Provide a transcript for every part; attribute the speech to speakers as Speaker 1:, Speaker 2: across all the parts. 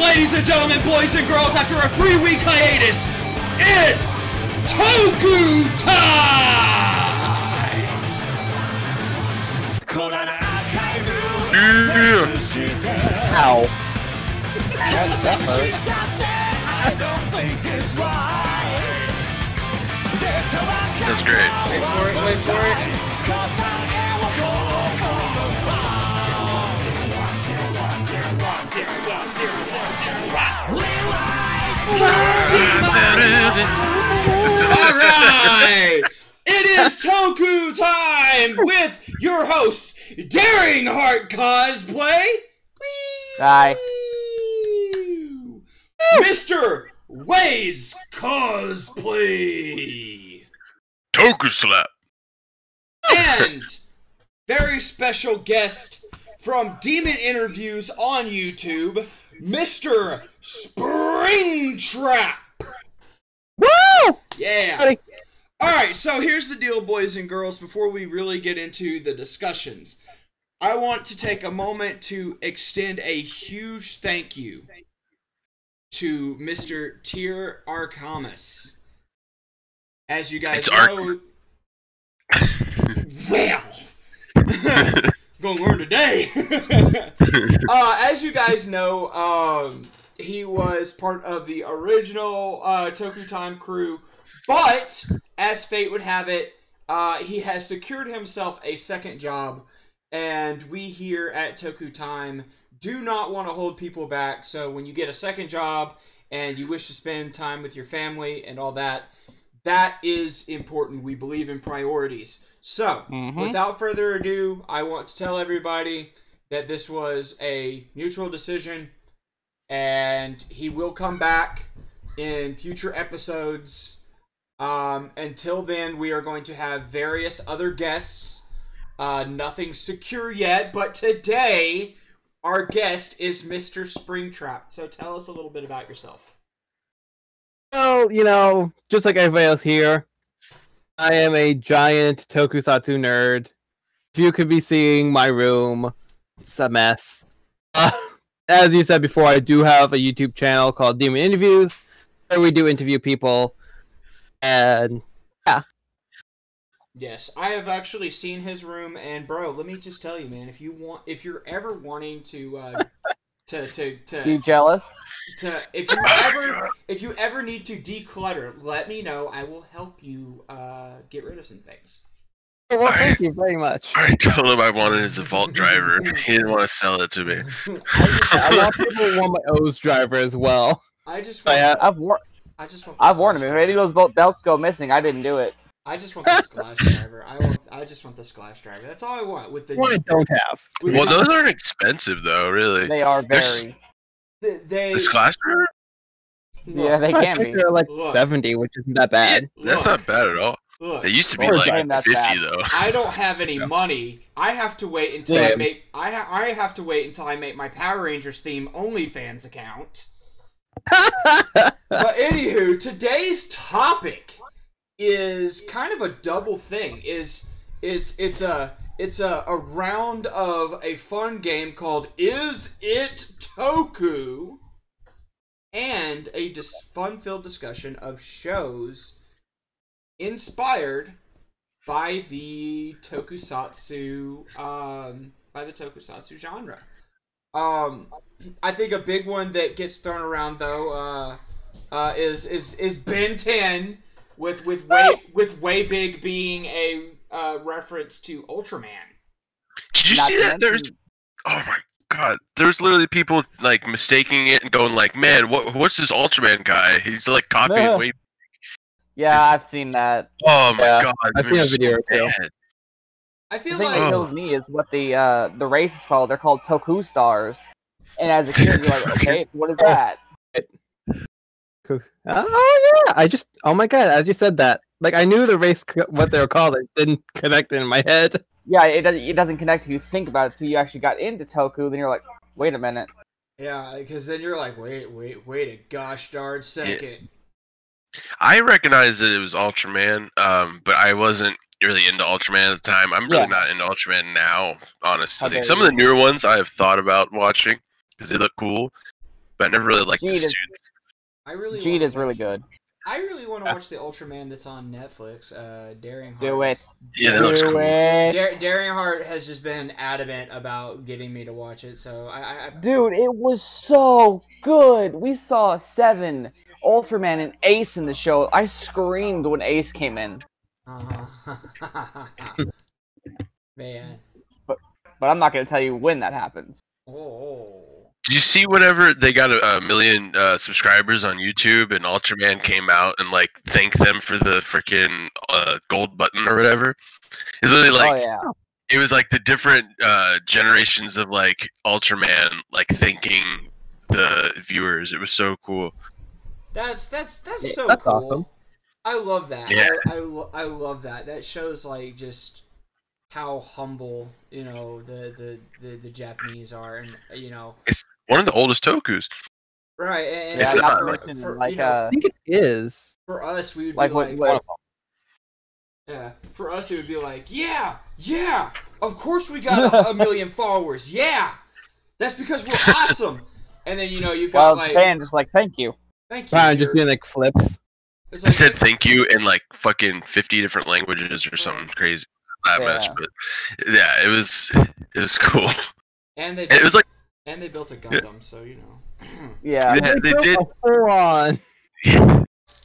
Speaker 1: Ladies and gentlemen, boys and girls, after a three week hiatus, it's Toku time!
Speaker 2: That's great.
Speaker 1: Alright! It is Toku time with your hosts, Daring Heart Cosplay,
Speaker 3: Hi.
Speaker 1: Mr. Wade's Cosplay.
Speaker 2: Toku slap.
Speaker 1: and very special guest from Demon Interviews on YouTube, Mr. Springtrap.
Speaker 3: Woo!
Speaker 1: Yeah.
Speaker 3: Howdy.
Speaker 1: All right, so here's the deal, boys and girls. Before we really get into the discussions, I want to take a moment to extend a huge thank you to Mr. Tier Arkamas. As you guys
Speaker 2: It's Ar-
Speaker 1: know, well, gonna learn today. uh, as you guys know, um, he was part of the original uh, Toku Time crew, but as fate would have it, uh, he has secured himself a second job, and we here at Toku Time do not want to hold people back. So when you get a second job and you wish to spend time with your family and all that, that is important. We believe in priorities. So. Without further ado, I want to tell everybody that this was a mutual decision, and he will come back in future episodes. Um, until then, we are going to have various other guests. Uh, nothing secure yet, but today our guest is Mr. Springtrap. So tell us a little bit about yourself.
Speaker 3: Well, you know, just like everybody else here, I am a giant tokusatsu nerd. If you could be seeing my room, it's a mess. Uh, as you said before, I do have a YouTube channel called Demon Interviews, where we do interview people. And
Speaker 1: Yes, I have actually seen his room, and bro, let me just tell you, man, if you want, if you're ever wanting to, uh, to, to,
Speaker 4: You
Speaker 1: to,
Speaker 4: jealous?
Speaker 1: to, if you ever, if you ever need to declutter, let me know. I will help you uh, get rid of some things.
Speaker 3: well, thank you very much.
Speaker 2: I told him I wanted his vault driver. He didn't want to sell it to me.
Speaker 3: a lot of people want my O's driver as well.
Speaker 1: I just
Speaker 4: Oh,
Speaker 3: I,
Speaker 1: want,
Speaker 3: uh,
Speaker 4: I've wor-
Speaker 1: I just want,
Speaker 4: I've
Speaker 1: this
Speaker 4: warned him.
Speaker 1: Splash
Speaker 4: If any of
Speaker 1: driver.
Speaker 4: those bel- belts go missing, I didn't do it.
Speaker 1: I just want the splash driver. I want, I just want the splash driver. That's all I want with the.
Speaker 3: one I don't have.
Speaker 1: with
Speaker 2: Well,
Speaker 1: the-
Speaker 2: those aren't expensive though, really.
Speaker 4: They are
Speaker 2: There's-
Speaker 4: very.
Speaker 1: the- they,
Speaker 2: The Splash driver?
Speaker 1: look,
Speaker 4: Yeah, they
Speaker 3: I
Speaker 4: can
Speaker 3: think
Speaker 4: be.
Speaker 3: They're like
Speaker 1: Look.
Speaker 3: 70, which isn't that bad.
Speaker 2: That's
Speaker 1: look,
Speaker 2: not bad at all.
Speaker 1: Look,
Speaker 2: They used to be
Speaker 3: Or
Speaker 2: like
Speaker 4: damn, that's
Speaker 2: fifty
Speaker 4: bad.
Speaker 2: though.
Speaker 1: I don't have any money. I have to wait until I
Speaker 3: Damn.
Speaker 1: make. I ha- I have to wait until I make my Power Rangers theme OnlyFans account. But anywho, today's topic is kind of a double thing. Is is it's a it's a, a round of a fun game called Is It Toku, and a dis- fun-filled discussion of shows inspired by the tokusatsu um, by the tokusatsu genre. Um, I think a big one that gets thrown around though uh, uh, is is is Ben Ten with with way with way big being a uh, reference to Ultraman.
Speaker 2: Did you
Speaker 4: Not
Speaker 2: see
Speaker 4: to
Speaker 2: that? There's
Speaker 4: mention-
Speaker 2: oh my god. There's literally people like mistaking it and going like, "Man, what what's this Ultraman guy? He's like copying."
Speaker 4: Ugh.
Speaker 2: way-
Speaker 4: Yeah, I've seen that.
Speaker 2: Oh my
Speaker 3: Yeah,
Speaker 2: god.
Speaker 3: I've seen a video or two.
Speaker 2: Man,
Speaker 1: I
Speaker 4: The
Speaker 1: feel
Speaker 4: thing
Speaker 1: like
Speaker 4: that
Speaker 2: Oh.
Speaker 4: kills me is what the uh, the race is called. They're called Toku Stars. And as a kid, you're like, okay, what is that?
Speaker 3: Oh yeah, I just oh my god, as you said that, like I knew the race c- what they were called, it didn't connect in my head.
Speaker 4: Yeah, it doesn't it doesn't connect to you. Think about it till you actually got into Toku. Then you're like, wait a minute.
Speaker 1: yeah, because then you're like, wait, wait, wait a gosh darn second.
Speaker 2: I recognized that it was Ultraman, um, but I wasn't really into Ultraman at the time. I'm really
Speaker 4: Yeah.
Speaker 2: not into Ultraman now, honestly.
Speaker 4: dare
Speaker 2: Some of the newer ones I have thought about watching because they look cool, but I never really liked the
Speaker 4: Jeet is-
Speaker 2: suits.
Speaker 1: I really
Speaker 4: Jeet
Speaker 1: wanna
Speaker 4: is really
Speaker 1: watch-
Speaker 4: good. Uh,
Speaker 1: I really want to watch the Ultraman that's on Netflix. Uh, Daring
Speaker 4: Do it.
Speaker 1: Hearts.
Speaker 2: Yeah, that looks
Speaker 4: Do
Speaker 2: cool.
Speaker 4: it.
Speaker 1: Dar- Daring Heart has just been adamant about getting me to watch it, so I, I, I
Speaker 4: Dude, it was so good. We saw Seven, Ultraman, and Ace in the show. I screamed when Ace came in,
Speaker 1: Uh, man.
Speaker 4: but I'm not gonna tell you when that happens.
Speaker 1: Oh.
Speaker 2: Did you see whenever they got a, a million uh, subscribers on YouTube and Ultraman came out and like thanked them for the freaking uh, gold button or whatever? It's literally like
Speaker 4: oh yeah,
Speaker 2: it was like the different uh, generations of like Ultraman like thanking the viewers. It was so cool.
Speaker 1: That's that's that's
Speaker 4: Yeah,
Speaker 1: so
Speaker 3: that's
Speaker 1: cool.
Speaker 3: awesome.
Speaker 1: I love that.
Speaker 2: Yeah.
Speaker 1: I, I, lo- I love that. That shows like just how humble, you know, the the, the, the Japanese are and you know,
Speaker 2: One of the oldest tokus.
Speaker 1: right and,
Speaker 4: yeah.
Speaker 2: If
Speaker 4: Not to
Speaker 2: not,
Speaker 4: mention
Speaker 1: for,
Speaker 4: like
Speaker 1: you know,
Speaker 4: uh,
Speaker 3: think it is.
Speaker 1: for us we would
Speaker 4: like
Speaker 1: be
Speaker 4: what,
Speaker 1: like
Speaker 4: what
Speaker 1: yeah, for us it would be like, yeah, yeah. Of course we got a, a million followers. Yeah. That's because we're awesome. And then you know you got
Speaker 4: Wild
Speaker 1: like
Speaker 4: Span just like thank you.
Speaker 1: thank you.
Speaker 3: Wow, just
Speaker 1: dear."
Speaker 3: doing like flips.
Speaker 1: It's
Speaker 2: I
Speaker 1: like,
Speaker 2: said thank you in like fucking fifty different languages or something crazy. Not
Speaker 4: Yeah.
Speaker 2: much, but yeah, it was it was cool.
Speaker 1: and they
Speaker 2: It was like
Speaker 1: and they built a Gundam, so you know.
Speaker 4: Yeah,
Speaker 2: Yeah, they did-
Speaker 3: Full on.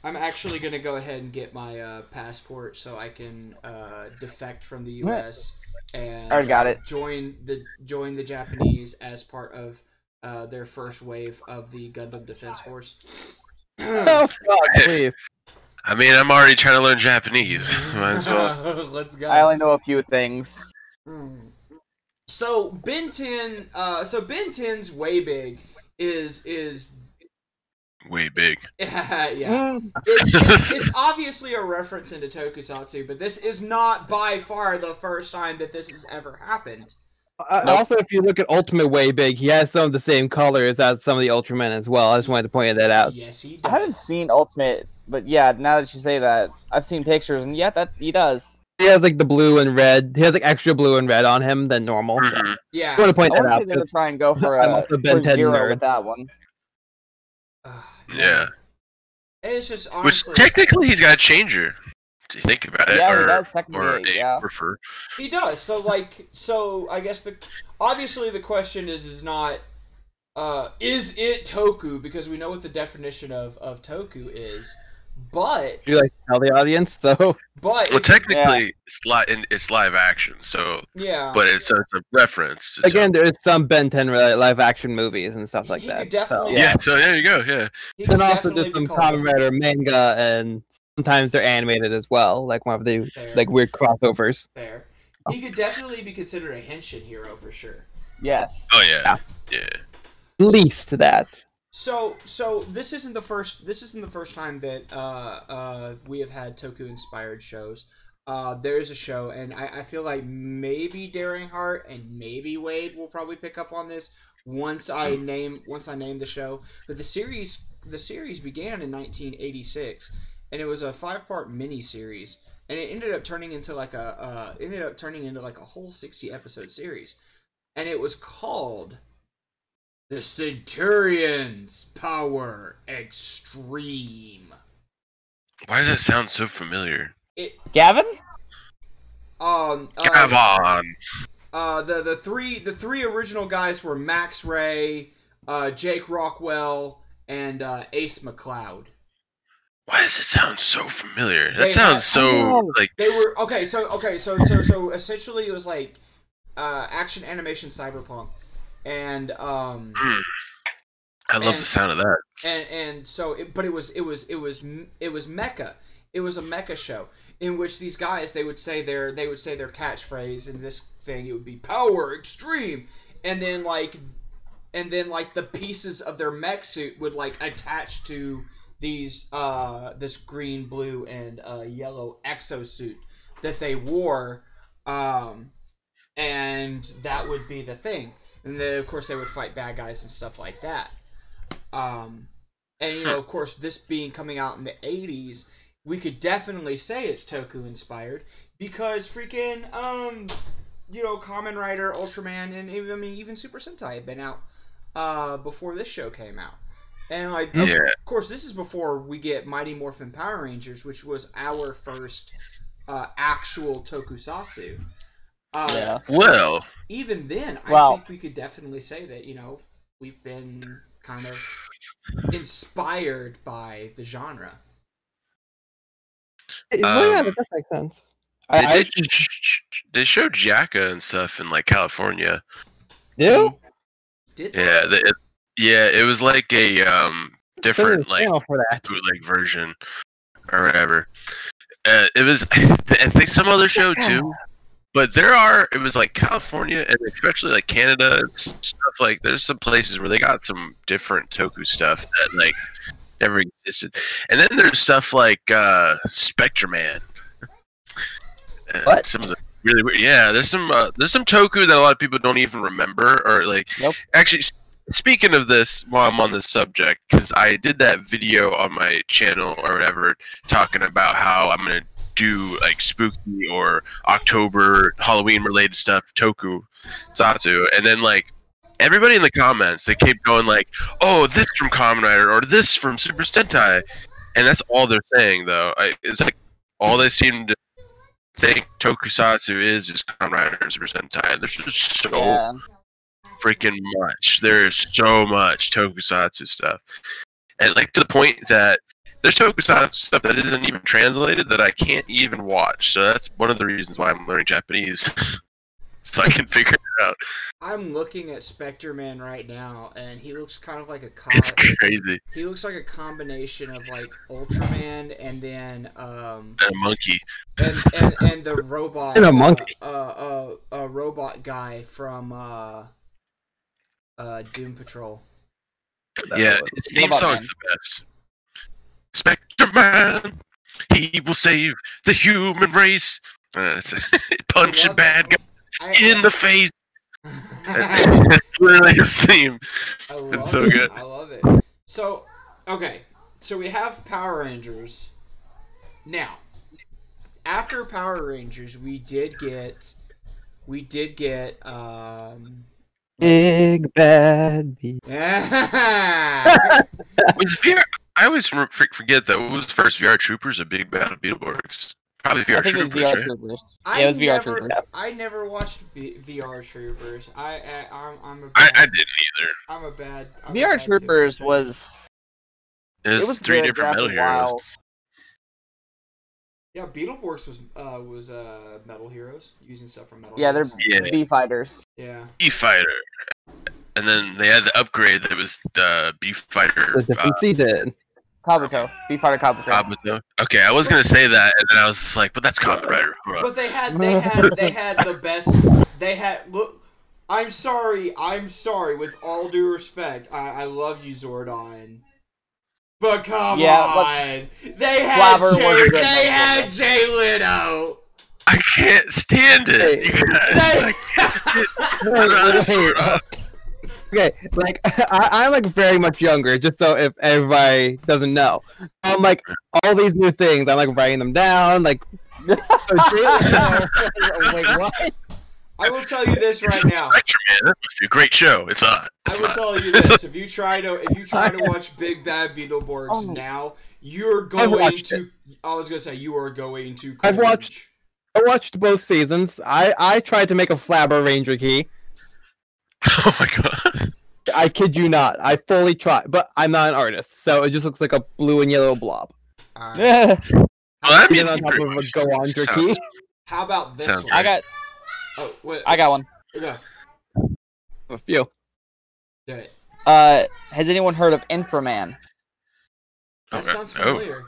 Speaker 1: I'm actually gonna go ahead and get my uh, passport so I can uh, defect from the
Speaker 4: Alright.
Speaker 1: U.S. and
Speaker 4: Alright, got
Speaker 1: uh,
Speaker 4: it.
Speaker 1: join the join the Japanese as part of uh, their first wave of the Gundam Defense Force.
Speaker 3: Oh fuck, please.
Speaker 2: I mean, I'm already trying to learn Japanese. Might as well.
Speaker 1: Let's go.
Speaker 4: I only know a few things.
Speaker 1: Mm. So Ben 10, uh, so Ben 10's way big is is
Speaker 2: Way big.
Speaker 1: yeah.
Speaker 4: Mm,
Speaker 1: it's, it's, it's obviously a reference into tokusatsu, but this is not by far the first time that this has ever happened.
Speaker 3: Uh, Also, if you look at Ultimate Way Big, he has some of the same colors as some of the Ultramen as well. I just wanted to point that out.
Speaker 1: Yes, he does.
Speaker 4: I haven't seen Ultimate, but yeah, now that you say that, I've seen pictures, and yeah, that he does.
Speaker 3: He has like the blue and red. He has like extra blue and red on him than normal. So I
Speaker 2: Mhm.
Speaker 1: Yeah.
Speaker 3: want to point
Speaker 4: I
Speaker 3: that
Speaker 4: want to
Speaker 3: out.
Speaker 4: see them to try and go for,
Speaker 3: I'm
Speaker 4: uh,
Speaker 3: also a Ben
Speaker 4: for
Speaker 3: 10
Speaker 4: zero
Speaker 3: nerd.
Speaker 4: with that one.
Speaker 1: Ah,
Speaker 2: Yeah.
Speaker 1: It's just
Speaker 2: Which
Speaker 1: honestly,
Speaker 2: technically he's got a changer. If you think about it,
Speaker 4: Yeah, he
Speaker 2: or
Speaker 4: does
Speaker 2: or
Speaker 4: technically.
Speaker 2: a
Speaker 4: Yeah.
Speaker 2: refer.
Speaker 1: he does. So like, so I guess the obviously the question is is not. Uh, is it toku? Because we know what the definition of, of toku is, but
Speaker 3: Would you like to tell the audience? So
Speaker 1: but
Speaker 2: Well,
Speaker 1: if-
Speaker 2: technically, it's live. It's live action. So,
Speaker 1: yeah,
Speaker 2: but it's, it's a reference. To
Speaker 3: Oh. again, there is some Ben 10 re- live action movies and stuff like
Speaker 1: He
Speaker 3: that.
Speaker 1: could definitely-
Speaker 3: so.
Speaker 2: yeah.
Speaker 1: yeah.
Speaker 2: So there you go. Yeah.
Speaker 1: he
Speaker 3: And
Speaker 1: could
Speaker 3: also
Speaker 1: definitely
Speaker 3: just
Speaker 1: be
Speaker 3: some
Speaker 1: called
Speaker 3: Kamen Rider manga, and sometimes they're animated as well, like one of the
Speaker 1: there.
Speaker 3: like weird crossovers.
Speaker 1: Fair. He could definitely be considered a henshin hero for sure.
Speaker 4: Yes.
Speaker 2: Oh yeah. Yeah.
Speaker 3: At least that.
Speaker 1: So, so this isn't the first. This isn't the first time that uh, uh, we have had Toku inspired shows. Uh, there is a show, and I, I feel like maybe Daring Heart and maybe Wade will probably pick up on this once I name once I name the show. But the series the series began in 1986, and it was a five part mini series, and it ended up turning into like a uh, ended up turning into like a whole 60 episode series, and it was called the Centurion's Power Extreme.
Speaker 2: Why does that sound so familiar?
Speaker 1: It
Speaker 4: Gavin?
Speaker 1: um
Speaker 3: Oh,
Speaker 1: uh,
Speaker 2: Come on.
Speaker 1: uh, the the three the three original guys were Max Ray, uh, Jake Rockwell, and uh, Ace McLeod.
Speaker 2: Why does it sound so familiar?
Speaker 1: They
Speaker 2: That sounds
Speaker 4: have- I
Speaker 2: so
Speaker 4: know.
Speaker 2: like.
Speaker 1: They were okay. So okay. So so so essentially, it was like uh, action animation cyberpunk, and um
Speaker 2: I love the
Speaker 1: And-
Speaker 2: sound of that.
Speaker 1: and and so it, but it was it was it was it was mecha. It was a mecha show in which these guys they would say their they would say their catchphrase and this thing it would be power extreme, and then like, and then like the pieces of their mech suit would like attach to these uh this green blue and uh yellow exosuit that they wore um and that would be the thing and then of course they would fight bad guys and stuff like that um and you know of course this being coming out in the 80s we could definitely say it's toku inspired because freaking um, you know, Common Rider, Ultraman, and even, I mean even Super Sentai had been out uh before this show came out, and like
Speaker 2: Yeah.
Speaker 1: of course this is before we get Mighty Morphin Power Rangers, which was our first uh actual tokusatsu. Uh,
Speaker 4: Yeah.
Speaker 2: Well,
Speaker 1: even then, I
Speaker 4: Wow.
Speaker 1: think we could definitely say that you know we've been kind of inspired by the genre.
Speaker 2: well, yeah,
Speaker 3: yeah,
Speaker 2: that
Speaker 3: that makes sense.
Speaker 2: they,
Speaker 3: I, I
Speaker 2: did sh- sh- sh- they showed Jacka and stuff in like California.
Speaker 3: do.
Speaker 1: Did they?
Speaker 2: Yeah, they, it, yeah, it was like a um different like
Speaker 3: channel for that.
Speaker 2: bootleg version or whatever. Uh, it was I think some other show too, but there are it was like California and especially like Canada and s- stuff like there's some places where they got some different toku stuff that like never existed, and then there's stuff like uh, Spectreman. And
Speaker 3: What?
Speaker 2: Some of the really weird. Yeah, there's some uh, there's some toku that a lot of people don't even remember or like.
Speaker 4: Nope.
Speaker 2: Actually, s- speaking of this, while I'm on this subject, because I did that video on my channel or whatever, talking about how I'm gonna do like spooky or October Halloween related stuff, toku, satsu, and then like. Everybody in the comments, they keep going like, "Oh, this from Kamen Rider or this from Super Sentai," and that's all they're saying though. I, it's like all they seem to think tokusatsu is is Kamen Rider and Super Sentai. There's just so
Speaker 4: Yeah.
Speaker 2: freaking much. There's so much tokusatsu stuff. And like to the point that there's tokusatsu stuff that isn't even translated that I can't even watch. So that's one of the reasons why I'm learning Japanese. so I can figure it out.
Speaker 1: I'm looking at Spectre Man right now, and he looks kind of like a cop.
Speaker 2: It's crazy.
Speaker 1: He looks like a combination of like Ultraman and then um
Speaker 2: And a monkey.
Speaker 1: and and, and the robot
Speaker 3: And a monkey.
Speaker 1: uh, uh, uh, a robot guy from uh uh Doom Patrol.
Speaker 2: yeah, his theme
Speaker 4: Robot
Speaker 2: song's the best. Spectre Man, he will save the human race. Uh, it's- punch a
Speaker 1: love
Speaker 2: bad guy
Speaker 1: I,
Speaker 2: in the face.
Speaker 1: I,
Speaker 2: It's Literally his theme.
Speaker 1: love
Speaker 2: It's so
Speaker 1: it.
Speaker 2: good.
Speaker 1: I love it. So okay, so we have Power Rangers. Now, after Power Rangers, we did get we did get um.
Speaker 3: Big bad bee.
Speaker 2: Was VR? I always re- for- forget that. What was the first VR Troopers or Big Bad of Beetleborgs? Probably VR
Speaker 4: I think it was
Speaker 2: Troopers,
Speaker 4: VR
Speaker 2: right?
Speaker 4: Troopers.
Speaker 1: I
Speaker 4: Yeah, it was VR
Speaker 1: never,
Speaker 4: Troopers.
Speaker 1: I never watched v- VR Troopers. I, I I'm I'm a
Speaker 2: I, I
Speaker 1: bad,
Speaker 2: didn't either.
Speaker 1: I, am a bad. I'm a bad
Speaker 4: VR
Speaker 1: kid.
Speaker 4: Troopers was
Speaker 2: There's
Speaker 4: it was
Speaker 2: three
Speaker 4: good, but
Speaker 2: different
Speaker 4: after
Speaker 2: Metal
Speaker 4: a
Speaker 2: Heroes.
Speaker 4: while-
Speaker 1: Yeah, Beetleborgs was uh was uh Metal Heroes using stuff from Metal.
Speaker 4: Yeah, they're
Speaker 1: Heroes.
Speaker 2: Yeah,
Speaker 4: B fighters.
Speaker 1: yeah.
Speaker 2: B Fighter, and then they had the upgrade that was the B Fighter.
Speaker 3: The
Speaker 2: Uh,
Speaker 3: difference he did.
Speaker 4: Kabuto. B fighter Kabuto.
Speaker 2: Obito. okay, I was gonna say that, and then I was just like, "But that's Kamen Rider." Hold on.
Speaker 1: But they had they had they had the best. They had look. I'm sorry. I'm sorry. With all due respect, I I love you, Zordon. But come
Speaker 4: Yeah,
Speaker 1: on, they had
Speaker 4: Blabber was
Speaker 1: Jay,
Speaker 4: a good
Speaker 1: they
Speaker 4: Metal
Speaker 1: had
Speaker 4: Hero.
Speaker 1: Jay Lito.
Speaker 2: I can't stand it. You guys. I can't stand it. I'd rather Zordon.
Speaker 3: Okay, like I, I'm like very much younger, just so if everybody doesn't know, I'm like all these new things. I'm like writing them down. Like, so Jay- wait, what?
Speaker 1: I will tell you this
Speaker 2: It's
Speaker 1: right now.
Speaker 2: Spectre Man. That must be a great show. It's not.
Speaker 1: I
Speaker 2: It's
Speaker 1: will
Speaker 2: not.
Speaker 1: tell you this: if you try to if you try to watch Big Bad Beetleborgs
Speaker 4: Oh my-
Speaker 1: now, you're
Speaker 3: I've
Speaker 1: going
Speaker 3: watched
Speaker 1: to. I was gonna say you are going to.
Speaker 3: I've
Speaker 1: cringe.
Speaker 3: watched- I watched both seasons. I I tried to make a flabber ranger key.
Speaker 2: Oh my god.
Speaker 3: I kid you not. I fully tried, but I'm not an artist, so it just looks like a blue and yellow blob.
Speaker 1: Alright,
Speaker 4: I
Speaker 2: Well, I mean,
Speaker 3: And on
Speaker 2: he
Speaker 3: top
Speaker 2: pretty
Speaker 3: of a
Speaker 2: much
Speaker 3: go on
Speaker 2: sounds-
Speaker 3: jerky.
Speaker 1: How about this
Speaker 2: Sounds
Speaker 1: one?
Speaker 2: right.
Speaker 4: got
Speaker 1: Oh, wait,
Speaker 4: I got one.
Speaker 1: no,
Speaker 3: A few.
Speaker 1: do it.
Speaker 4: Uh has anyone heard of Inframan?
Speaker 1: That
Speaker 2: Okay.
Speaker 1: sounds
Speaker 2: Oh,
Speaker 1: familiar.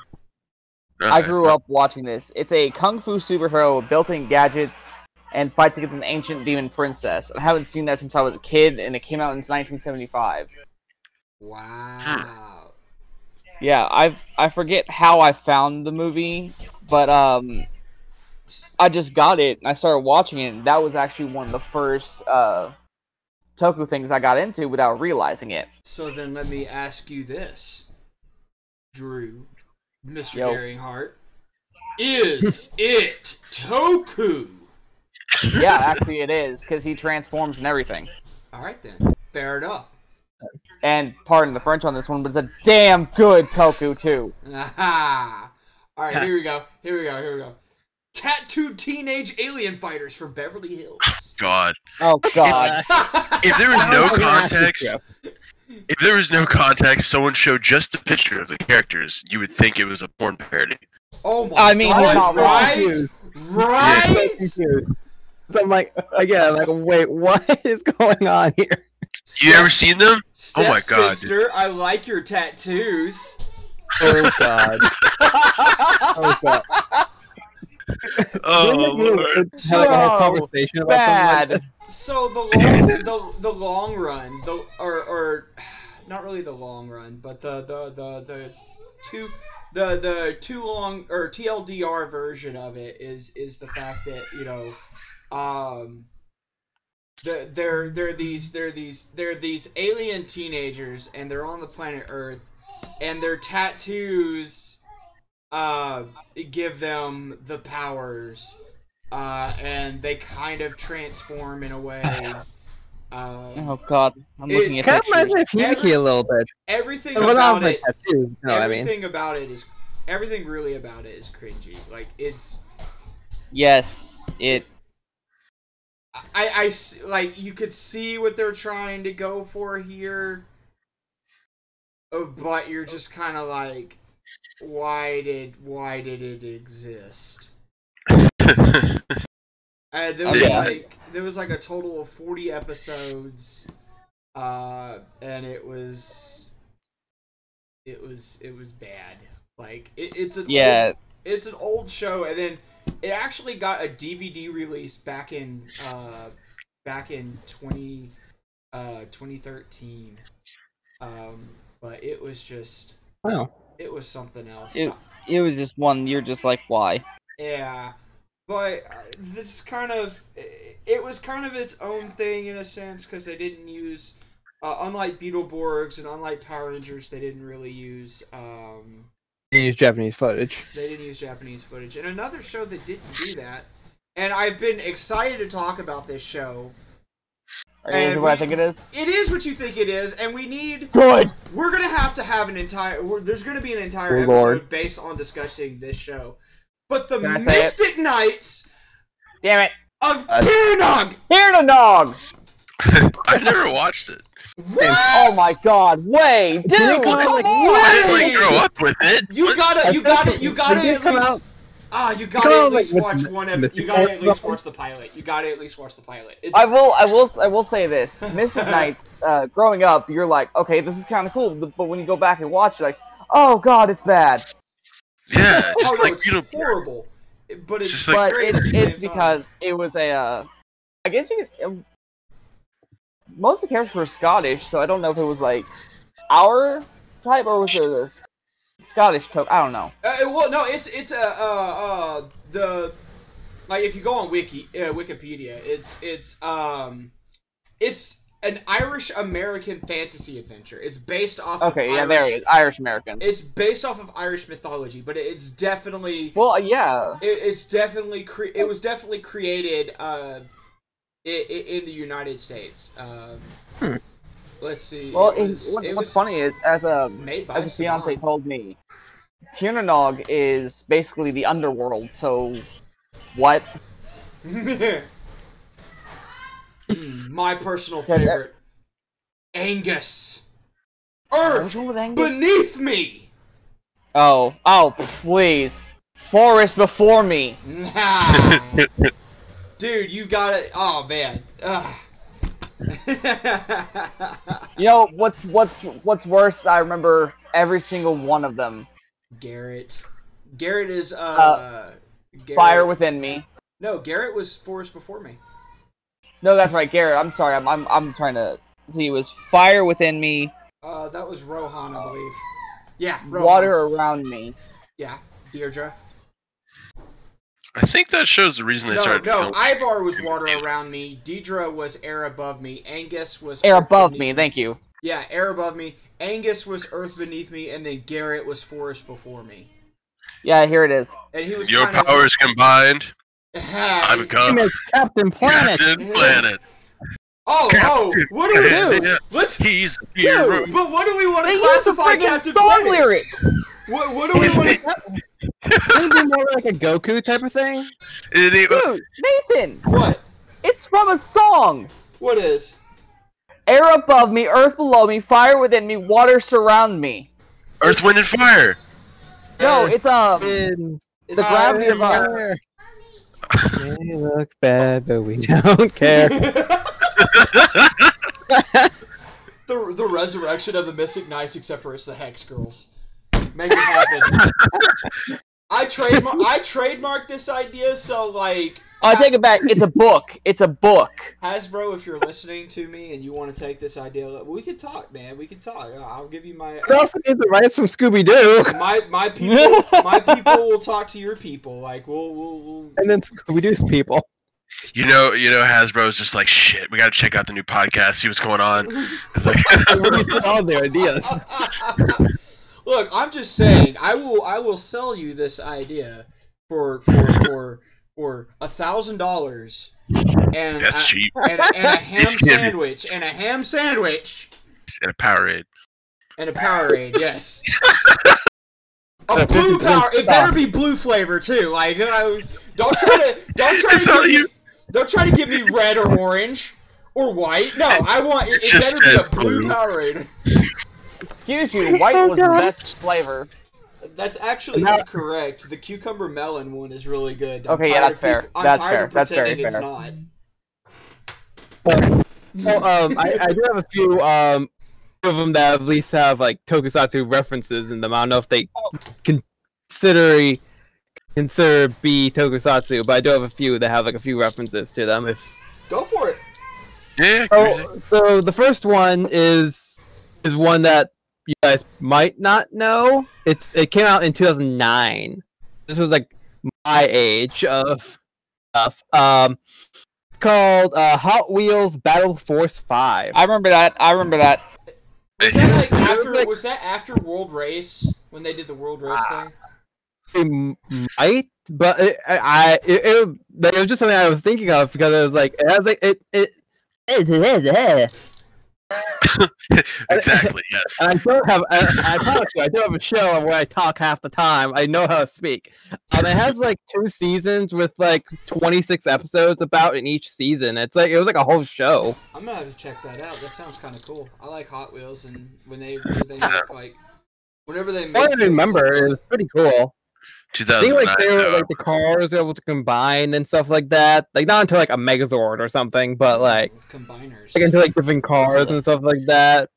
Speaker 4: I
Speaker 2: okay.
Speaker 4: grew up watching this. It's a kung fu superhero with built-in gadgets and fights against an ancient demon princess. I haven't seen that since I was a kid, and it came out in 1975.
Speaker 2: Hmm.
Speaker 1: Wow.
Speaker 4: Yeah, I I forget how I found the movie, but um, I just got it and I started watching it. And that was actually one of the first uh, Toku things I got into without realizing it.
Speaker 1: So then, let me ask you this, Drew, Mr.
Speaker 4: Yo.
Speaker 1: Daring Heart. is it Toku?
Speaker 4: Yeah, actually it is because he transforms and everything.
Speaker 1: All right then, fair enough.
Speaker 4: And pardon the French on this one, but it's a damn good Toku too.
Speaker 1: Aha! All right, here we go. Here we go. Here we go. Tattooed teenage alien fighters from Beverly Hills.
Speaker 2: God,
Speaker 4: Oh
Speaker 3: Uh,
Speaker 4: God.
Speaker 2: if there was
Speaker 3: I
Speaker 2: no
Speaker 3: don't know what you're asking,
Speaker 2: context,
Speaker 3: Jeff.
Speaker 2: if there was no context, someone showed just a picture of the characters, you would think it was a porn parody.
Speaker 1: oh my
Speaker 4: I mean,
Speaker 1: god!
Speaker 4: you're not wrong.
Speaker 1: right,
Speaker 3: Confused. So
Speaker 1: right.
Speaker 3: confused. So I'm like, again, like, wait, what is going on here?
Speaker 2: You ever seen them? Oh my God.
Speaker 1: sister! I like your tattoos.
Speaker 3: Oh god. oh god.
Speaker 2: Oh, Lord.
Speaker 3: have like a whole
Speaker 4: So
Speaker 3: conversation about
Speaker 4: Bad.
Speaker 3: something like that?
Speaker 1: So the long, the, the long run, the or or not really the long run, but the the the, the two the the too long or TLDR version of it is is the fact that you know, um, the, they're they're these they're these they're these alien teenagers and they're on the planet Earth, and their tattoos, uh, give them the powers uh, and they kind of transform in a way. Uh,
Speaker 4: Oh God. I'm
Speaker 1: It-
Speaker 4: looking at
Speaker 3: Kind of
Speaker 4: pictures.
Speaker 3: reminds me of Yuki a little bit.
Speaker 1: everything
Speaker 3: Well, not
Speaker 1: about
Speaker 3: like
Speaker 1: it,
Speaker 3: that too. You know what I mean?
Speaker 1: everything about it is, everything really about it is cringy. Like it's,
Speaker 4: Yes, it.
Speaker 1: I, I s- like you could see what they're trying to go for here, uh, but you're just kind of like, why did why did it exist? Uh,
Speaker 3: Oh,
Speaker 1: there was
Speaker 2: Yeah.
Speaker 1: like there was like a total of forty episodes, uh, and it was, it was it was bad. Like it, it's an
Speaker 4: Yeah.
Speaker 1: old, it's an old show, and then it actually got a DVD release back in uh, back in 20, uh, 2013. Um, but it was just
Speaker 3: Wow.
Speaker 1: it was something else.
Speaker 4: It- It was just one. You're just like, why?
Speaker 1: Yeah, but uh, this kind of i- it was kind of its own thing in a sense because they didn't use, uh, unlike Beetleborgs and unlike Power Rangers, they didn't really use um,
Speaker 3: They use Japanese footage.
Speaker 1: they didn't use Japanese footage. And another show that didn't do that, and I've been excited to talk about this show.
Speaker 4: Is it what I think it is?
Speaker 1: It is what you think it is, and we need
Speaker 4: Good.
Speaker 1: we're gonna have to have an entire. We're, there's gonna be an entire
Speaker 3: Oh,
Speaker 1: episode
Speaker 3: Lord.
Speaker 1: based on discussing this show. But the
Speaker 4: Can I say it?
Speaker 1: Mystic Knights
Speaker 4: Damn it.
Speaker 1: of
Speaker 3: Uh,
Speaker 1: Kiranog
Speaker 4: Here the dog.
Speaker 2: I've never watched it.
Speaker 1: What?
Speaker 4: Oh my God. Wait, dude.
Speaker 3: Did it come out
Speaker 4: come
Speaker 3: like-
Speaker 4: on.
Speaker 2: I didn't
Speaker 1: Hey!
Speaker 2: like grow up with it.
Speaker 1: You gotta, you
Speaker 3: I
Speaker 1: gotta,
Speaker 3: think
Speaker 1: you
Speaker 3: it-
Speaker 1: gotta
Speaker 3: it did
Speaker 1: at
Speaker 3: come
Speaker 1: least.
Speaker 3: out-
Speaker 1: Ah, you
Speaker 3: come
Speaker 1: gotta
Speaker 3: out,
Speaker 1: at least
Speaker 3: like,
Speaker 1: watch
Speaker 3: with
Speaker 1: one.
Speaker 3: the-
Speaker 1: Ep-
Speaker 3: the
Speaker 1: you gotta at least
Speaker 3: people-
Speaker 1: watch the pilot. You gotta at least watch the pilot. It's,
Speaker 4: I will. I will. I will say this: Mystic Knights. Uh, growing up, you're like, okay, this is kind of cool, but but when you go back and watch, you're like, oh god, it's bad.
Speaker 2: Yeah,
Speaker 1: Oh,
Speaker 2: just
Speaker 1: no,
Speaker 2: like
Speaker 1: it's
Speaker 2: Beetle.
Speaker 1: horrible. But it's
Speaker 2: Just
Speaker 4: But
Speaker 2: like-
Speaker 1: great
Speaker 4: it,
Speaker 1: at the same
Speaker 4: it's
Speaker 1: time.
Speaker 4: because it was a. Uh, I guess you could. um, most of the characters were Scottish, so I don't know if it was like our type or was it a s- Scottish type. I don't know.
Speaker 1: Uh, it- well, no, it's it's a uh, uh, the like if you go on Wiki uh, Wikipedia, it's it's um it's an Irish American fantasy adventure. It's based off.
Speaker 4: Okay,
Speaker 1: of
Speaker 4: yeah,
Speaker 1: Irish,
Speaker 4: there it is. Irish American.
Speaker 1: It's based off of Irish mythology, but it's definitely
Speaker 4: Well, yeah.
Speaker 1: it, it's definitely cre- it was definitely created uh i i in the United States. Um,
Speaker 3: Hmm.
Speaker 1: Let's see.
Speaker 4: Well,
Speaker 1: it
Speaker 4: it,
Speaker 1: was,
Speaker 4: what's,
Speaker 1: it
Speaker 4: what's
Speaker 1: was
Speaker 4: funny is as a
Speaker 1: made by
Speaker 4: as a fiance
Speaker 1: Saban.
Speaker 4: told me, Tiernanog is basically the underworld. So, what?
Speaker 1: Mm, My personal
Speaker 4: Yeah, that-
Speaker 1: favorite, Angus.
Speaker 4: Which
Speaker 1: Earth
Speaker 4: one was Angus?
Speaker 1: beneath me.
Speaker 4: oh, oh, please! Forest before me.
Speaker 1: Nah. Dude, you got it. Oh man. Ugh.
Speaker 4: You know what's what's what's worse? I remember every single one of them.
Speaker 1: Garrett. Garrett is uh.
Speaker 4: Uh,
Speaker 1: Garrett.
Speaker 4: Fire within me.
Speaker 1: No, Garrett was Forest before me.
Speaker 4: No, that's right, Garrett. I'm sorry. I'm I'm, I'm trying to see. It was fire within me,
Speaker 1: Uh, that was Rohan, I believe. Yeah, Rohan.
Speaker 4: water around me.
Speaker 1: Yeah, Deirdre.
Speaker 2: I think that shows the reason they
Speaker 1: No,
Speaker 2: started
Speaker 1: no,
Speaker 2: filming.
Speaker 1: Ivar was water around me. Deidre was air above me. Angus was
Speaker 4: Air
Speaker 1: earth
Speaker 4: above
Speaker 1: beneath
Speaker 4: me. Thank you.
Speaker 1: Yeah, air above me. Angus was earth beneath me, and then Garrett was forest before me.
Speaker 4: Yeah, here it is.
Speaker 1: and he was
Speaker 2: Your
Speaker 1: kinda-
Speaker 2: powers combined,
Speaker 1: Yeah, he-
Speaker 2: I
Speaker 3: Him
Speaker 2: become
Speaker 3: as Captain Planet.
Speaker 2: Captain Planet.
Speaker 1: Oh, oh, what do we do?
Speaker 2: Yeah,
Speaker 1: Let's.
Speaker 2: He's a hero.
Speaker 1: But what do we want
Speaker 4: They
Speaker 1: to
Speaker 4: used a
Speaker 1: classify
Speaker 4: friggin'
Speaker 1: Captain
Speaker 4: star
Speaker 1: Planet?
Speaker 4: lyric.
Speaker 1: What, what do we
Speaker 2: He's
Speaker 1: want
Speaker 2: the-
Speaker 1: to
Speaker 3: Wouldn't it be more like a Goku type of thing?
Speaker 2: And he-
Speaker 4: Dude, Nathan,
Speaker 1: What?
Speaker 4: it's from a song.
Speaker 1: What is?
Speaker 4: Air above me, earth below me, fire within me, water surround me.
Speaker 2: Earth, Wind, and Fire.
Speaker 4: No, it's um
Speaker 3: In
Speaker 1: It's
Speaker 4: The gravity of us.
Speaker 3: fire. They look bad, but we don't care.
Speaker 1: the, the resurrection of the Mystic Knights, except for it's the Hex Girls. Make it happen. I trademark. I trademarked this idea, so like
Speaker 4: I take it back. It's a book. It's a book.
Speaker 1: Hasbro, if you're listening to me and you want to take this idea, we can talk, man. We can talk. Uh, I'll give you my
Speaker 3: We also need the rights from Scooby Doo,
Speaker 1: my my people. My people will talk to your people. Like we'll we'll. we'll
Speaker 3: and then Scooby Doo's people.
Speaker 2: You know, you know, Hasbro's just like shit. We got to check out the new podcast, see what's going on. It's like,
Speaker 3: We're just with all their ideas.
Speaker 1: Look, I'm just saying, I will I will sell you this idea for for for for a thousand dollars and a-
Speaker 2: that's cheap.
Speaker 1: and, a- and a ham
Speaker 2: It's gonna be-
Speaker 1: sandwich and a ham sandwich
Speaker 2: And a Powerade.
Speaker 1: and a Powerade, yes.
Speaker 3: Uh,
Speaker 1: A blue
Speaker 3: 50%
Speaker 1: power. It
Speaker 3: stock.
Speaker 1: better be blue flavor too. Like, uh, don't try to don't try
Speaker 2: It's not
Speaker 1: to give
Speaker 2: you.
Speaker 1: me, don't try to give me red or orange or white. No, I want it,
Speaker 2: It
Speaker 1: it
Speaker 2: just
Speaker 1: better be a
Speaker 2: says
Speaker 1: blue,
Speaker 2: blue.
Speaker 1: Powerade.
Speaker 4: Excuse you, white
Speaker 3: Oh,
Speaker 4: was the
Speaker 3: God.
Speaker 4: best flavor.
Speaker 1: That's actually
Speaker 3: No.
Speaker 1: not correct. The cucumber melon one is really good.
Speaker 4: Okay, yeah,
Speaker 1: tired
Speaker 4: that's
Speaker 1: of
Speaker 4: fair.
Speaker 1: people- I'm
Speaker 4: That's
Speaker 1: tired
Speaker 4: fair.
Speaker 1: of
Speaker 4: That's very
Speaker 1: pretending it's
Speaker 4: fair.
Speaker 1: not.
Speaker 3: Well, um, I, I do have a few um of them that at least have like tokusatsu references in them. I don't know if they consider consider be tokusatsu, but I do have a few that have like a few references to them. If
Speaker 1: Go for it.
Speaker 2: Yeah. yeah.
Speaker 3: so, so the first one is is one that you guys might not know. It's it came out in 2009. This was like my age of stuff. Um, it's called uh, Hot Wheels Battle Force Five.
Speaker 4: I remember that. I remember that.
Speaker 1: Was that, like,
Speaker 3: Yeah.
Speaker 1: after, was that after World Race when they did the World Race thing?
Speaker 3: they m- might, but it, I I- it, it, like, it was just something I was thinking of because it was like it has like it it.
Speaker 2: exactly. Yes.
Speaker 3: And I don't have. I, I promise you, I do have a show where I talk half the time. I know how to speak. Um, it has like two seasons with like twenty six episodes about in each season. It's like it was like a whole show.
Speaker 1: I'm gonna have to check that out. That sounds kind of cool. I like Hot Wheels, and when they when they make like whenever they make.
Speaker 3: I don't
Speaker 1: things,
Speaker 3: remember. It was pretty cool. I think
Speaker 2: 2009.
Speaker 3: like they were
Speaker 2: though.
Speaker 3: like the cars were able to combine and stuff like that. Like not until like a Megazord or something, but like.
Speaker 1: combiners.
Speaker 3: like into like different cars and stuff like that.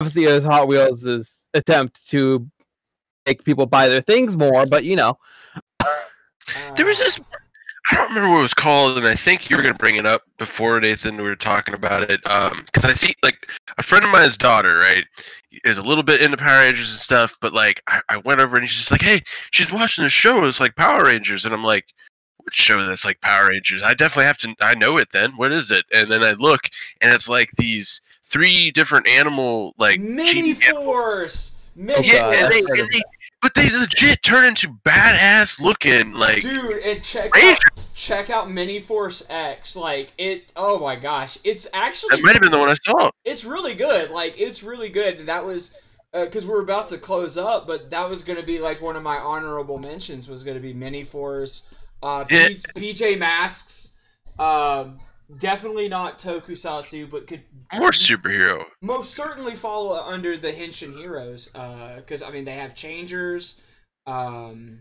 Speaker 3: Obviously, it was Hot Wheels' attempt to make people buy their things more, but you know,
Speaker 1: Uh,
Speaker 2: There was this. I don't remember what it was called, and I think you were going to bring it up before Nathan. We were talking about it because I see like a friend of mine's daughter, right, is a little bit into Power Rangers and stuff. But like, I, I went over and she's just like, "Hey, she's watching a show. It's like Power Rangers," and I'm like, "What show that's like Power Rangers? I definitely have to. I know it. Then what is it?" And then I look, and it's like these three different animal like
Speaker 1: Mini
Speaker 2: cheating animals.
Speaker 1: Force. Mini
Speaker 2: Yeah, and they,
Speaker 1: Force.
Speaker 2: and they, but they legit turn into badass looking like.
Speaker 1: Dude, and check out,
Speaker 2: Rangers.
Speaker 1: check out Mini Force X. Like it. Oh my gosh, it's
Speaker 2: That
Speaker 1: actually
Speaker 2: might have been the one I saw.
Speaker 1: it's really good. Like it's really good, and that was because we're about to close up, but that was gonna be like one of my honorable mentions was gonna be Mini Force, uh, P- PJ Masks. Um, definitely not Tokusatsu, but could
Speaker 2: More superhero.
Speaker 1: most certainly fall under the Henshin heroes because I mean they have changers, um,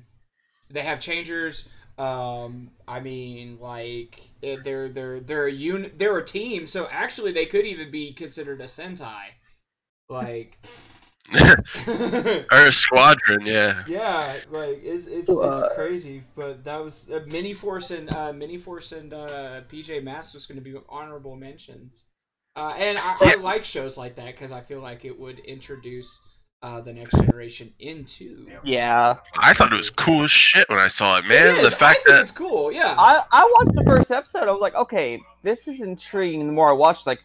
Speaker 1: they have changers. Um, I mean like eh, they're they're they're a unit they're a team, so actually they could even be considered a sentai. Like,
Speaker 2: or a squadron, yeah.
Speaker 1: yeah, like it's it's,
Speaker 3: Uh,
Speaker 1: it's crazy. But that was uh, Mini Force and uh, Mini Force and uh, PJ Masks was going to be honorable mentions. Uh, and I, I like shows like that because I feel like it would introduce uh, the next generation into.
Speaker 4: Yeah.
Speaker 2: I thought it was cool as shit when I saw it, man.
Speaker 1: It
Speaker 2: the
Speaker 1: is,
Speaker 2: fact
Speaker 1: I think
Speaker 2: that
Speaker 1: it's cool. Yeah,
Speaker 4: I I watched the first episode. I was like, okay, this is intriguing. The more I watched, like,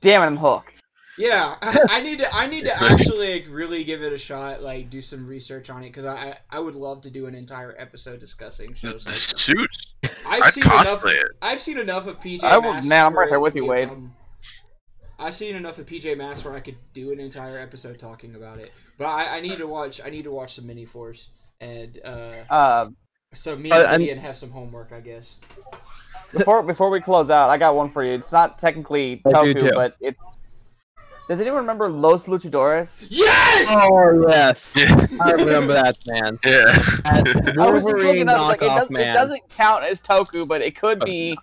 Speaker 4: damn it, I'm hooked.
Speaker 1: Yeah, I, I need to. I need to actually like, really give it a shot. Like, do some research on it because I, I I would love to do an entire episode discussing shows.
Speaker 2: The
Speaker 1: Like that.
Speaker 2: suits.
Speaker 1: I've
Speaker 2: I'd
Speaker 1: seen enough.
Speaker 2: cosplay it.
Speaker 1: I've seen enough of PJ.
Speaker 4: I will-
Speaker 1: Masks
Speaker 4: nah, I'm right
Speaker 1: where
Speaker 4: there
Speaker 1: it
Speaker 4: with
Speaker 1: would
Speaker 4: you,
Speaker 1: be a
Speaker 4: Wade.
Speaker 1: problem. I've seen enough of PJ Masks where I could do an entire episode talking about it. But I, I need to watch. I need to watch some mini force and uh,
Speaker 4: Um,
Speaker 1: so me
Speaker 3: Uh,
Speaker 1: and
Speaker 3: and-
Speaker 1: Ian have some homework, I guess.
Speaker 4: before before we close out, I got one for you. It's not technically
Speaker 3: I do
Speaker 4: Toku,
Speaker 3: too.
Speaker 4: but it's. Does anyone remember Los Luchadores?
Speaker 1: Yes.
Speaker 3: Oh yes,
Speaker 2: Yeah.
Speaker 3: I remember that man.
Speaker 2: Yeah.
Speaker 3: That
Speaker 4: I was just
Speaker 3: Wolverine
Speaker 4: looking up, like, it,
Speaker 3: knockoff
Speaker 4: does, it
Speaker 3: man.
Speaker 4: doesn't count as Toku, but it could
Speaker 3: But-
Speaker 4: be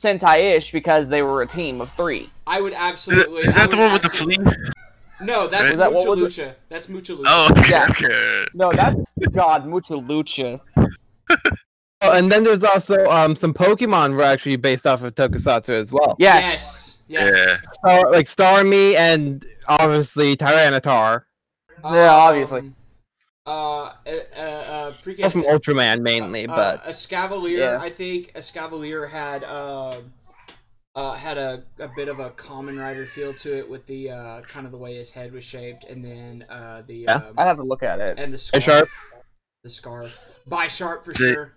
Speaker 4: Sentai-ish because they were a team of three.
Speaker 1: I would
Speaker 2: Is,
Speaker 1: absolutely.
Speaker 2: is
Speaker 1: I
Speaker 2: that the
Speaker 1: would
Speaker 2: one with the
Speaker 1: absolutely-
Speaker 2: flea?
Speaker 1: No, that's
Speaker 4: Is that- what
Speaker 1: Mucha
Speaker 4: was it?
Speaker 1: Lucha. That's Mucha Lucha.
Speaker 2: Oh, okay.
Speaker 4: Yeah.
Speaker 2: okay.
Speaker 4: No, that's God Mucha Lucha.
Speaker 3: Oh, and then there's also um some Pokemon were actually based off of Tokusatsu as well.
Speaker 4: Yes.
Speaker 1: Yes. yes.
Speaker 3: Star, like Starmie and obviously Tyranitar,
Speaker 4: Yeah, obviously.
Speaker 1: Um, Uh, uh, uh, uh pre
Speaker 3: Well, from Ultraman mainly, but
Speaker 1: a Scavalier,
Speaker 4: Yeah.
Speaker 1: Uh, I think a Scavalier had uh, uh, had a, a bit of a common rider feel to it with the uh, kind of the way his head was shaped, and then uh, the
Speaker 3: Yeah.
Speaker 1: um,
Speaker 4: I'd have to look at it.
Speaker 1: and the scarf,
Speaker 3: Sharp.
Speaker 1: the scarf by sharp for
Speaker 2: The-
Speaker 1: sure.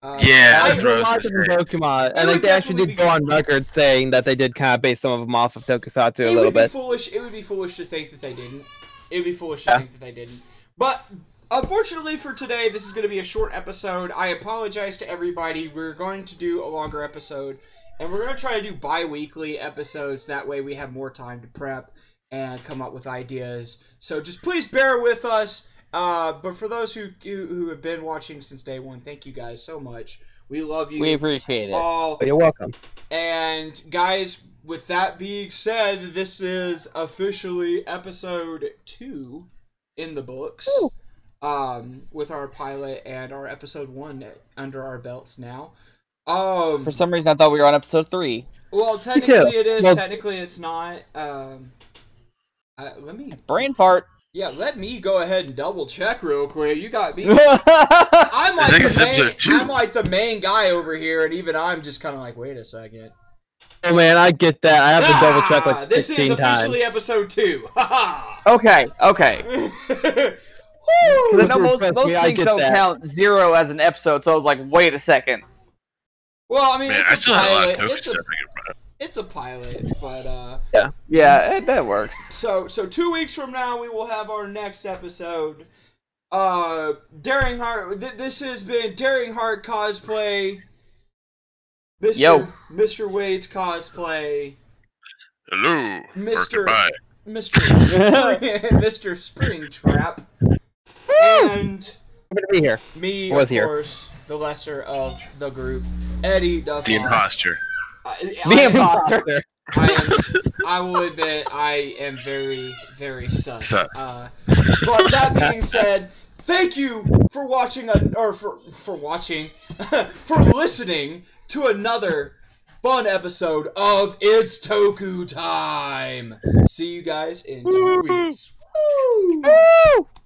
Speaker 1: Uh,
Speaker 2: Yeah,
Speaker 3: I
Speaker 2: that's what I
Speaker 3: heard
Speaker 2: was
Speaker 3: lots of
Speaker 2: gonna say.
Speaker 3: Pokemon,
Speaker 1: It
Speaker 3: and
Speaker 1: would
Speaker 3: like they actually
Speaker 1: definitely
Speaker 3: did go
Speaker 1: be-
Speaker 3: on record saying that they did kind of base some of them off of Tokusatsu a
Speaker 1: it
Speaker 3: little
Speaker 1: would be
Speaker 3: bit.
Speaker 1: foolish. It would be foolish to think that they didn't. It would be foolish to
Speaker 3: Yeah.
Speaker 1: think that they didn't. But unfortunately for today, this is going to be a short episode. I apologize to everybody. We're going to do a longer episode, and we're going to try to do bi-weekly episodes. That way, we have more time to prep and come up with ideas. So just please bear with us. Uh, but for those who, who who have been watching since day one, thank you guys so much. We love you um,
Speaker 4: We appreciate it.
Speaker 1: all.
Speaker 3: But you're welcome.
Speaker 1: And guys, with that being said, this is officially episode two in the books.
Speaker 3: Ooh.
Speaker 1: Um, with our pilot and our episode one under our belts now. Um,
Speaker 4: For some reason, I thought we were on episode three.
Speaker 1: well, technically it is.
Speaker 3: Well-
Speaker 1: technically it's not. Um, uh, let me.
Speaker 4: Brain fart.
Speaker 1: Yeah, let me go ahead and double check real quick. You got me.
Speaker 4: yeah,
Speaker 1: I'm
Speaker 2: I
Speaker 1: like
Speaker 2: think it's
Speaker 1: the
Speaker 2: episode two.
Speaker 1: main. I'm like the main guy over here, and even I'm just kind of like, wait a second.
Speaker 3: Oh man, I get that. I have to double check
Speaker 1: Ah,
Speaker 3: like
Speaker 1: this
Speaker 3: 16
Speaker 1: is
Speaker 3: times.
Speaker 1: officially episode two. Ha
Speaker 4: Okay, okay.
Speaker 1: ha.
Speaker 4: 'Cause I know most,
Speaker 3: Trust
Speaker 4: most
Speaker 3: me, I
Speaker 4: things
Speaker 3: get
Speaker 4: don't
Speaker 3: that.
Speaker 4: count zero as an episode, so I was like, wait a second.
Speaker 1: well, I mean,
Speaker 2: Man,
Speaker 1: it's
Speaker 2: I
Speaker 1: a
Speaker 2: still had a lot of
Speaker 1: pilot.
Speaker 2: Toku
Speaker 1: it's, a,
Speaker 2: stuff I could run.
Speaker 1: it's a pilot, but uh,
Speaker 4: Yeah, it, that works.
Speaker 1: so so two weeks from now we will have our next episode. Uh, Daring Heart. Th- this has been Daring Heart cosplay. Mr.
Speaker 4: Yo.
Speaker 1: Mr. Wade's cosplay.
Speaker 2: Hello.
Speaker 1: Mr.
Speaker 2: Or goodbye.
Speaker 1: Mr. Spring, Mr. Springtrap. And.
Speaker 3: I'm gonna be here.
Speaker 1: Me,
Speaker 3: I was
Speaker 1: of
Speaker 3: here.
Speaker 1: course, the lesser of the group, Eddie the
Speaker 2: The
Speaker 1: Fox.
Speaker 2: imposter.
Speaker 1: I,
Speaker 4: The
Speaker 1: I-
Speaker 4: imposter.
Speaker 1: I, am, I will admit, I am very, very sus.
Speaker 2: Sus.
Speaker 1: Uh, but that being said, thank you for watching, a, or for for watching, for listening to another fun episode of It's Toku Time. See you guys in two weeks. Woo!